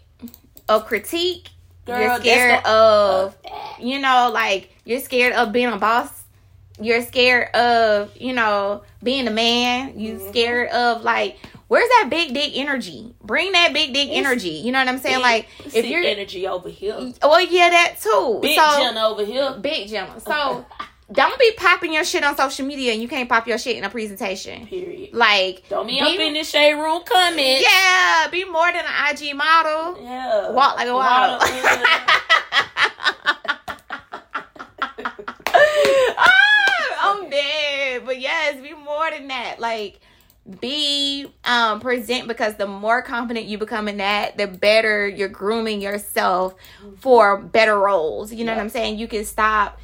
S3: of critique
S8: Girl,
S3: you're
S8: that's
S3: scared
S8: the-
S3: of you know like you're scared of being a boss you're scared of you know being a man you
S8: Mm-hmm.
S3: scared of like where's that big dick energy bring that big dick
S8: It's-
S3: energy you know what i'm saying
S8: Big-
S3: like if
S8: see
S3: you're
S8: energy over here,
S3: well yeah that too
S8: big
S3: so
S8: Jenna over here,
S3: big Jenna. so don't be popping your shit on social media and you can't pop your shit in a presentation
S8: period.
S3: like
S8: Don't be
S3: be-
S8: up in this shade room comments.
S3: yeah, be more than an IG model.
S8: Yeah.
S3: Walk like a
S8: Walk
S3: model. Ah, I'm dead. But yes, be more than that. Like be um present because the more confident you become in that, the better you're grooming yourself for better roles. You know what I'm saying? You can stop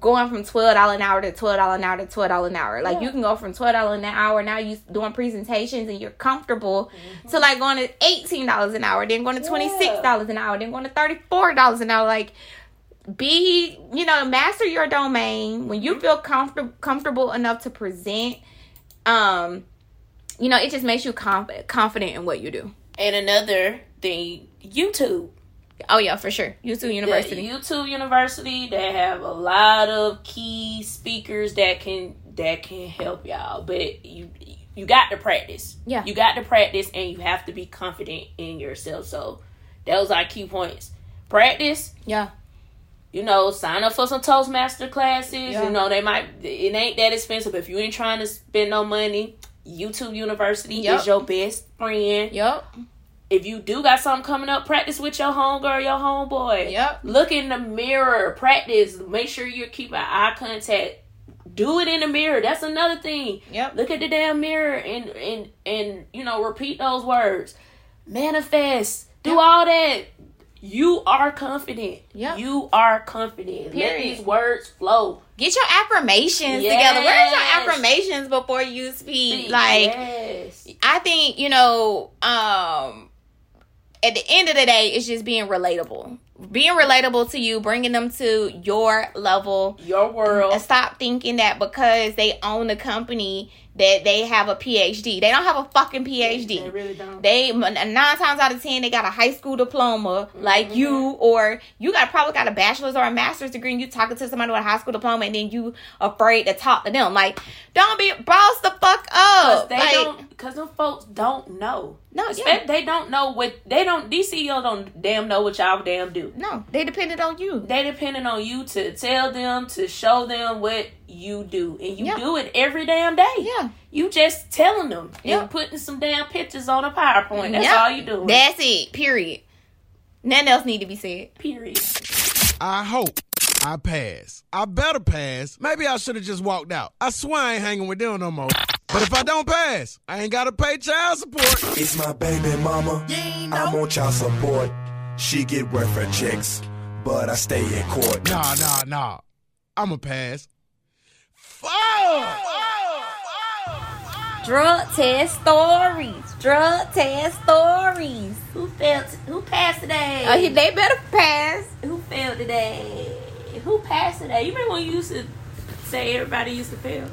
S3: going from twelve dollar an hour to twelve dollar an hour to twelve dollar an hour. Like you can go from twelve dollar an hour now you doing presentations and you're comfortable to like going to eighteen dollars an hour, then going to twenty six dollars an hour, then going to thirty four dollars an hour. Like be you know master your domain when you feel comfortable comfortable enough to present. Um, you know it just makes you conf- confident in what you do.
S8: And another thing, YouTube.
S3: Oh yeah, for sure. YouTube University.
S8: The YouTube University. They have a lot of key speakers that can that can help y'all, but you you got to practice.
S3: Yeah.
S8: you got to practice, and you have to be confident in yourself. So those are key points. Practice.
S3: Yeah.
S8: You know, sign up for some Toastmaster classes.
S3: Yeah.
S8: You know, they might. It ain't that expensive if you ain't trying to spend no money. YouTube University
S3: Yep.
S8: is your best friend.
S3: Yep.
S8: If you do got something coming up, practice with your homegirl, your homeboy.
S3: Yep.
S8: Look in the mirror. Practice. Make sure you're keeping eye contact. Do it in the mirror. That's another thing.
S3: Yep.
S8: Look at the damn mirror and and and you know repeat those words. Manifest. Do all that. You are confident.
S3: Yep.
S8: You are confident. Let
S3: Period.
S8: these words flow.
S3: Get your affirmations
S8: Yes.
S3: together. Where's your affirmations before you speak? Like
S8: yes.
S3: I think, you know, um at the end of the day, it's just being relatable. Being relatable to you, bringing them to your level.
S8: your world.
S3: And Stop thinking that because they own a company that they have a PhD. They don't have a fucking PhD.
S8: They really don't.
S3: They m- nine times out of ten they got a high school diploma like
S8: Mm-hmm.
S3: you, or you got probably got a bachelor's or a master's degree, and you talking to somebody with a high school diploma, and then you afraid to talk to them. Like, don't be boss the fuck
S8: Cause
S3: up.
S8: they
S3: Like,
S8: don't, cause them folks don't know.
S3: No,
S8: Expect- they don't know what they don't. These CEOs don't damn know what y'all damn do.
S3: no, they depended on you.
S8: They depending on you to tell them to show them what you do, and you
S3: Yeah.
S8: do it every damn day.
S3: Yeah.
S8: You just telling them
S3: Yeah.
S8: and putting some damn pictures on a PowerPoint. That's
S3: Yep.
S8: all you doing.
S3: That's it. Period. Nothing else need to be said.
S8: Period.
S4: I hope I pass. I better pass. Maybe I should have just walked out. I swear I ain't hanging with them no more. But if I don't pass, I ain't gotta pay child support.
S5: It's my baby mama. I'm on child support. She get welfare checks, but I stay in court.
S4: Nah, nah, nah. I'ma pass. Fuck!
S3: Drug test stories. Drug test stories.
S8: Who failed? Who passed today?
S3: Oh, he- they better pass.
S8: Who failed today? Who passed today? You remember when you used to say everybody used to fail?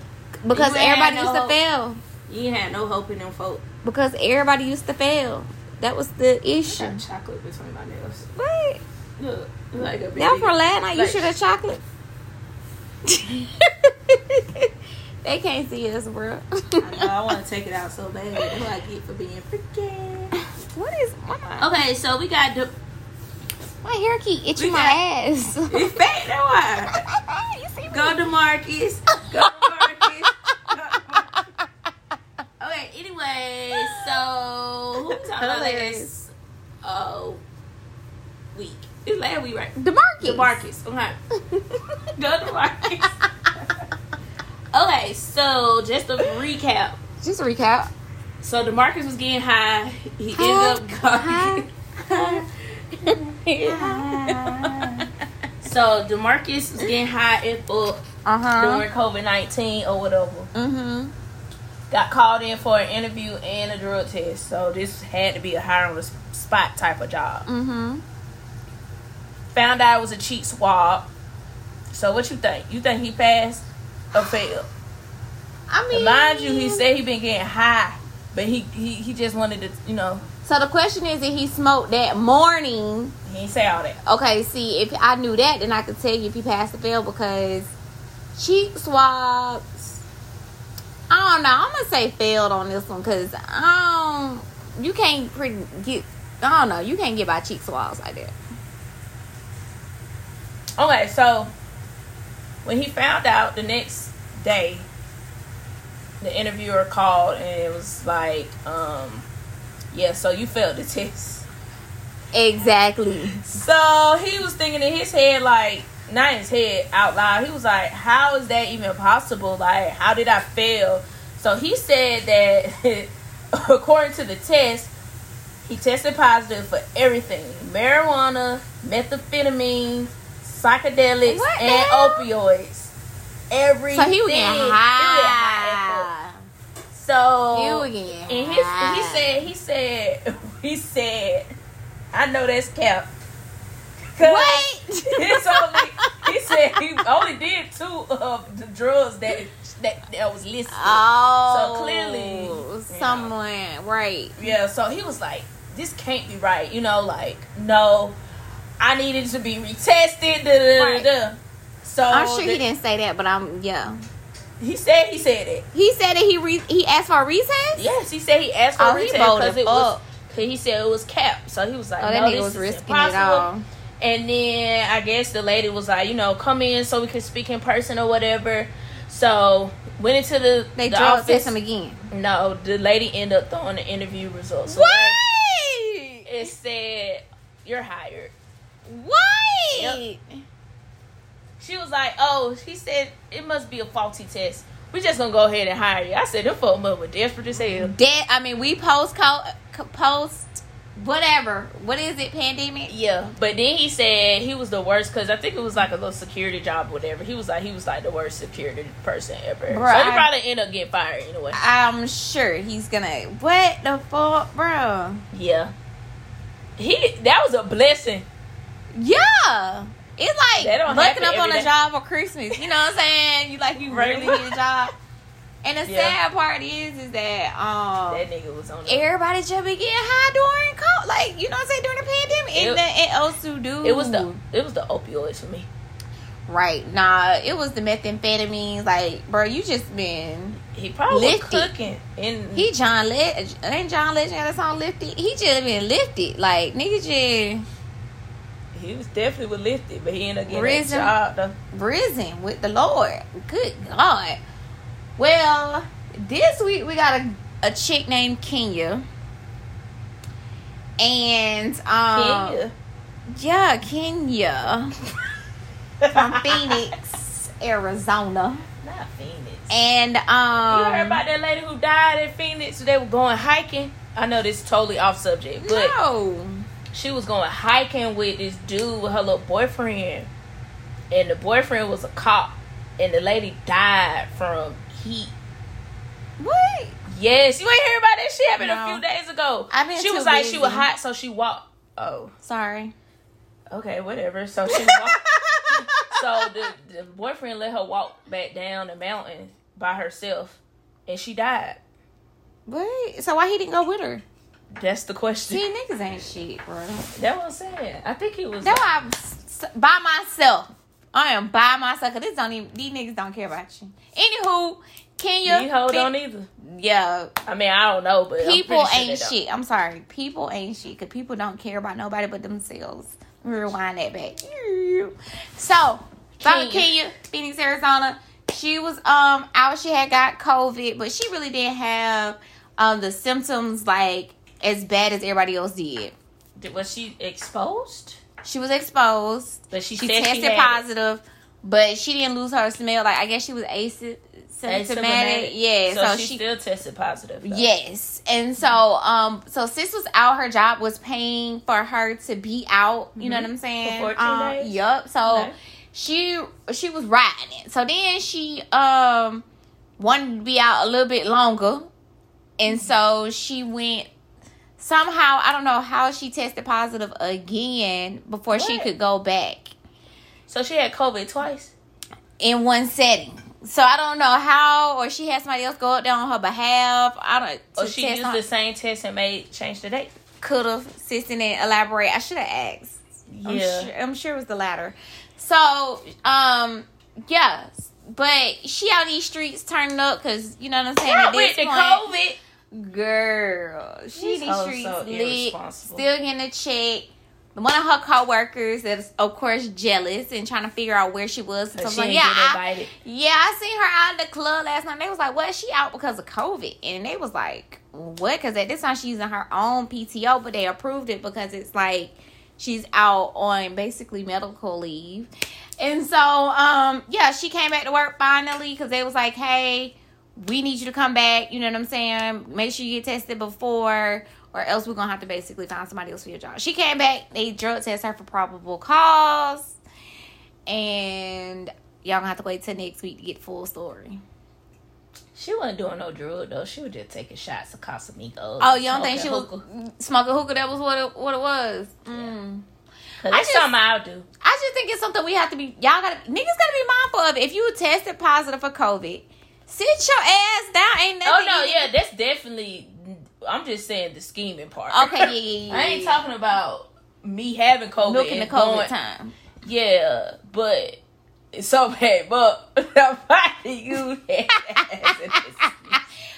S3: Because
S8: You ain't
S3: everybody
S8: had
S3: used
S8: no
S3: to
S8: hope.
S3: fail.
S8: You ain't had no hope in them folk.
S3: Because everybody used to fail. That was the issue.
S8: Got chocolate between my nails.
S3: What?
S8: Look, like a
S3: Now
S8: baby.
S3: for last night, you
S8: Like-
S3: should have chocolate. They can't see us, bro.
S12: Oh, I, want to take it out so bad. What do I get for being freaking?
S3: What is my
S8: Okay, so we got the
S3: my hair keep itching my ass?
S12: It's fat now. Why?
S3: you see me?
S8: Go to Marcus. Go to Marcus. Go to Marcus. okay, anyway, so who we talking about last uh, week? It's last week, right?
S3: Demarcus.
S8: DeMarcus. Okay. Go DeMarcus. okay, so just to recap.
S3: Just a recap.
S8: So DeMarcus was getting high. He ended up going. so DeMarcus was getting high and full
S3: Uh
S8: during COVID 19 or whatever.
S3: Mm-hmm.
S8: Got called in for an interview and a drug test. So this had to be a hire on the spot type of job.
S3: Mm-hmm.
S8: Found out it was a cheat swab. So what you think? You think he passed or failed?
S3: I mean,
S8: Mind you, he said he been getting high, but he he, he just wanted to, you know,
S3: So the question is, if he smoked that morning,
S8: he ain't say all that.
S3: okay. See, if I knew that, then I could tell you if he passed the fail because cheek swabs. I don't know. I'm gonna say failed on this one because um, you can't pretty get. I don't know. You can't get by cheek swabs like that.
S8: Okay, so when he found out the next day, the interviewer called and it was like, um, yeah, so you failed the test.
S3: Exactly.
S8: So he was thinking in his head, like, not in his head, out loud. He was like, how is that even possible? Like, how did I fail? So he said that according to the test, he tested positive for everything marijuana, methamphetamines, psychedelics,
S3: What the
S8: and
S3: hell?
S8: opioids. Everything.
S3: So he was getting
S8: He was high.
S3: high.
S8: So
S3: He was getting
S8: and his, he
S3: high.
S8: said, he said, he said, I know that's cap. 'Cause
S3: What?
S8: It's only, he said he only did two of the drugs that that, that was listed.
S3: Oh,
S8: So clearly,
S3: someone right.
S8: Yeah, so he was like, this can't be right. You know, like, no, I needed to be retested. Da, da, da, da. So
S3: I'm sure he
S8: the-
S3: didn't say that, but I'm yeah.
S8: He said he said it.
S3: He said that he re- he asked for a retest.
S8: Yes, he said he asked for
S3: Oh,
S8: a
S3: he
S8: retest
S3: bold
S8: because
S3: as
S8: it was.
S3: fuck.
S8: Cause he said it was cap, so he was like,
S3: Oh, that
S8: "No,
S3: nigga
S8: this
S3: was
S8: is
S3: risking it
S8: impossible."
S3: all.
S8: And then I guess the lady was like, you know, come in so we can speak in person or whatever. So went into the
S3: They
S8: the
S3: drug
S8: office.
S3: test him again.
S8: No, the lady ended up throwing the interview results. away.
S3: Wait,
S8: It said you're hired.
S3: wait.
S8: She was like, oh, she said it must be a faulty test. We just gonna go ahead and hire you. I said, them folk mother were desperate as hell.
S3: Dead. I mean, we post co- co- post whatever. What is it? Pandemic.
S8: Yeah, but then he said he was the worst because I think it was like a little security job, or whatever. He was like he was like the worst security person ever.
S3: Bruh,
S8: so
S3: I-
S8: he probably end up getting fired anyway.
S3: I'm sure he's gonna. What the fuck, bro?
S8: yeah, he that was a blessing.
S3: Yeah. It's
S8: That
S3: like
S8: don't
S3: looking
S8: happen
S3: up on
S8: every
S3: a
S8: day.
S3: job for Christmas. You know what I'm saying? You like you
S8: Right.
S3: really need a job. And the
S8: Yeah.
S3: sad part is is that um
S8: That nigga was on. The,
S3: everybody just be getting high during co like you know what I'm saying during the pandemic.
S8: It-
S3: and then it also do
S8: it was the it was the opioids for me.
S3: right nah. It was the methamphetamines. Like bro, you just been
S8: He probably was
S3: Lifted.
S8: cooking and
S3: he John Legend ain't John Legend got that song lifted. He just been lifted like nigga just
S8: he was definitely was lifted, but he ended up getting
S3: Risen.
S8: that job. Though.
S3: risen with the Lord. Good God. Well, this week we got a, a chick named Kenya. And um
S8: Kenya.
S3: yeah, Kenya from Phoenix, Arizona.
S8: Not Phoenix.
S3: And um
S8: you heard about that lady who died in Phoenix? They were going hiking. I know this is totally off subject, but
S3: no.
S8: she was going hiking with this dude with her little boyfriend, and the boyfriend was a cop, and the lady died from heat.
S3: What?
S8: Yes, you ain't hear about that shit happened
S3: No.
S8: a few days ago.
S3: I've been
S8: she
S3: too
S8: was like she was
S3: busy.
S8: hot, so she walked. Oh,
S3: Sorry.
S8: okay, whatever. So she walked. so the, the boyfriend let her walk back down the mountain by herself, and she died.
S3: What? So why he didn't go with her?
S8: That's the question.
S3: See niggas ain't shit, bro.
S8: That was sad. I think he was.
S3: That's why I'm s- by myself. I am by myself because this don't even these niggas don't care about you. Anywho, Kenya
S8: These hoes
S3: been-
S8: don't e- either.
S3: Yeah,
S8: I mean I don't know, but I'm
S3: people
S8: pretty sure they
S3: ain't
S8: don't.
S3: shit. I'm sorry, people ain't shit because people don't care about nobody but themselves. Rewind that back. So, Bobby Kenya, Phoenix, Arizona. She was um out. She had got COVID, but she really didn't have um the symptoms like as bad as everybody else did.
S8: Did- Was she exposed?
S3: She was exposed.
S8: But she
S3: she
S8: said she
S3: tested
S8: had it.
S3: positive, but she didn't lose her smell. Like I guess she was asymptomatic.
S8: Asymptomatic.
S3: Yeah,
S8: So,
S3: so,
S8: she,
S3: she
S8: still tested positive. though.
S3: Yes. And so um so sis was out, her job was paying for her to be out, you know
S8: Mhm.
S3: what I'm saying?
S8: For 14
S3: Um,
S8: days?
S3: Yup. So
S8: Okay.
S3: she she was riding it. So then she um wanted to be out a little bit longer. And
S8: Mm-hmm.
S3: so she went somehow, I don't know how she tested positive again before she
S8: What?
S3: could go back
S8: So she had COVID twice.
S3: in one setting. So I don't know how, or she had somebody else go up there on her behalf. I don't.
S8: Or
S3: to
S8: she
S3: test
S8: used
S3: on-
S8: the same test and made change the date.
S3: could have sis and then elaborate. I should have asked. I'm
S8: Yeah.
S3: sure, I'm sure it was the latter. So, um, yes, but she out these streets turning up because you know what I'm saying.
S8: Not
S3: at this
S8: with the
S3: point, girl. She
S8: These
S3: these
S8: hoes
S3: streets
S8: so
S3: lit,
S8: irresponsible.
S3: still getting a check. One of her coworkers is, of course, jealous and trying to figure out where she was. And
S8: But
S3: stuff
S8: she
S3: like,
S8: didn't
S3: yeah,
S8: get
S3: I-
S8: invited.
S3: yeah, I seen her out in the club last night. They was like, "What? She out because of COVID?" And they was like, "What?" Because at this time she's in her own PTO, but they approved it because it's like she's out on basically medical leave. And so, um, yeah, she came back to work finally because they was like, "Hey, we need you to come back." You know what I'm saying? Make sure you get tested before. Or else we're gonna have to basically find somebody else for your job. She came back, they drug test her for probable cause and y'all gonna have to wait till next week to get full story.
S8: She wasn't doing no drug though. She was just taking shots of Casamigos.
S3: Oh, you don't think she
S8: smoking
S3: was
S8: hookah.
S3: smoking hookah? That was what it, what it was. Mm.
S8: Cause
S3: I
S8: that's
S3: just-
S8: something I'll do.
S3: I just think it's something we have to be. Y'all gotta niggas gotta be mindful of. If you tested positive for COVID, sit your ass down. Ain't nothing.
S8: Oh no,
S3: you-
S8: yeah, that's definitely. I'm just saying the scheming part.
S3: Okay, yeah, yeah, yeah.
S8: I ain't talking about me having COVID.
S3: milking the
S8: and
S3: COVID
S8: going-
S3: time.
S8: Yeah, but it's so bad. But nobody you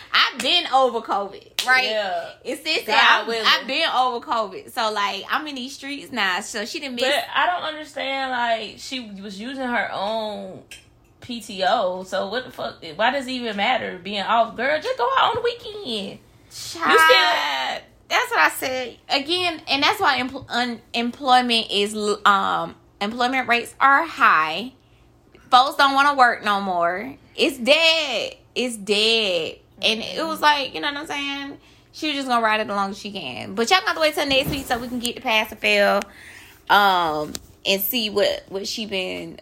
S3: I've been over COVID, right?
S8: Yeah.
S3: It's this.
S8: God willing.
S3: I've been over COVID, so like I'm in these streets now. So she didn't miss.
S8: But I don't understand. Like she was using her own PTO. So what the fuck? Why does it even matter being off, girl? Just go out on the weekend. You
S3: Child, that's what I said again, and that's why empl- unemployment is l- um employment rates are high. Folks don't want to work no more. It's dead. It's dead. And it
S8: Mm-hmm.
S3: was like you know what I'm saying. She was just gonna ride it along as she can. But y'all gotta wait till next week so we can get the pass or fail, um, and see what what she been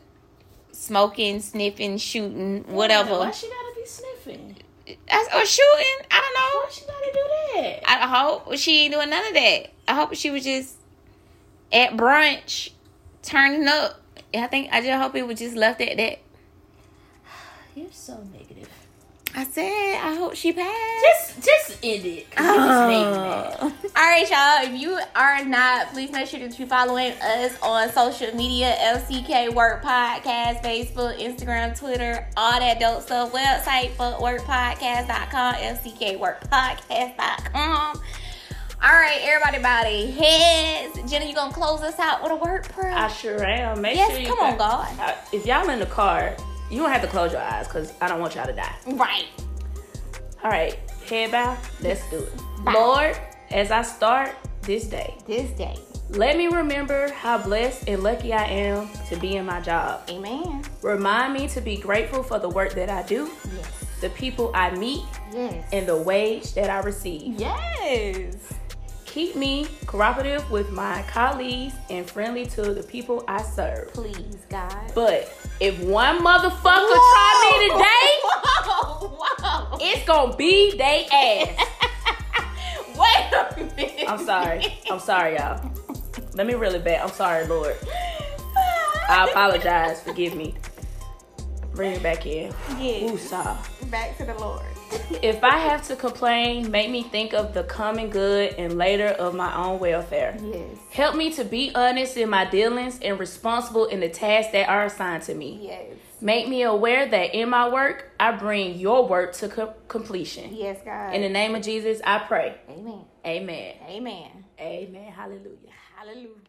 S3: smoking, sniffing, shooting, whatever.
S8: Why she gotta be sniffing?
S3: That's- or shooting. I don't know.
S8: Why she gotta do that?
S3: I hope she ain't doing none of that. I hope she was just at brunch, turning up. And I think I just hope it was just left at that.
S8: You're so negative.
S3: I said I hope she passed. Oh.
S8: Just, just end it. 'cause you just made me mad.
S3: All right, y'all. If you are not, please make sure that you're following us on social media LCK Work Podcast, Facebook, Instagram, Twitter, all that dope stuff. Website, footworkpodcast.com, LCKWorkPodcast.com. All right, everybody, body heads. Jenna, you going to close us out with a word prayer?
S8: I sure am. Make
S3: Yes,
S8: sure you
S3: come on, God.
S8: I- If y'all in the car, you don't have to close your eyes because I don't want y'all to die.
S3: Right.
S8: All right, head bow. Let's do it. Lord, as I start this day,
S3: This day.
S8: let me remember how blessed and lucky I am to be in my job.
S3: Amen.
S8: Remind me to be grateful for the work that I do,
S3: Yes.
S8: the people I meet,
S3: Yes.
S8: and the wage that I receive.
S3: Yes.
S8: Keep me cooperative with my colleagues and friendly to the people I serve.
S3: Please, God.
S8: But if one motherfucker try
S3: Whoa.
S8: me today, it's gonna be they ass.
S3: Wait a minute.
S8: I'm sorry. I'm sorry, y'all. Let me reel it back. I'm sorry, Lord. I apologize. Forgive me.
S7: Bring it back in.
S3: Yes.
S7: Woosah.
S3: Back to the Lord.
S7: If I have to complain, make me think of the common good and later of my own welfare.
S3: Yes.
S7: Help me to be honest in my dealings and responsible in the tasks that are assigned to me.
S3: Yes.
S7: Make me aware that in my work, I bring your work to co- completion.
S3: Yes, God.
S7: In the name of Jesus, I pray.
S3: Amen.
S7: Amen.
S3: Amen.
S7: Amen. Hallelujah.
S3: Hallelujah.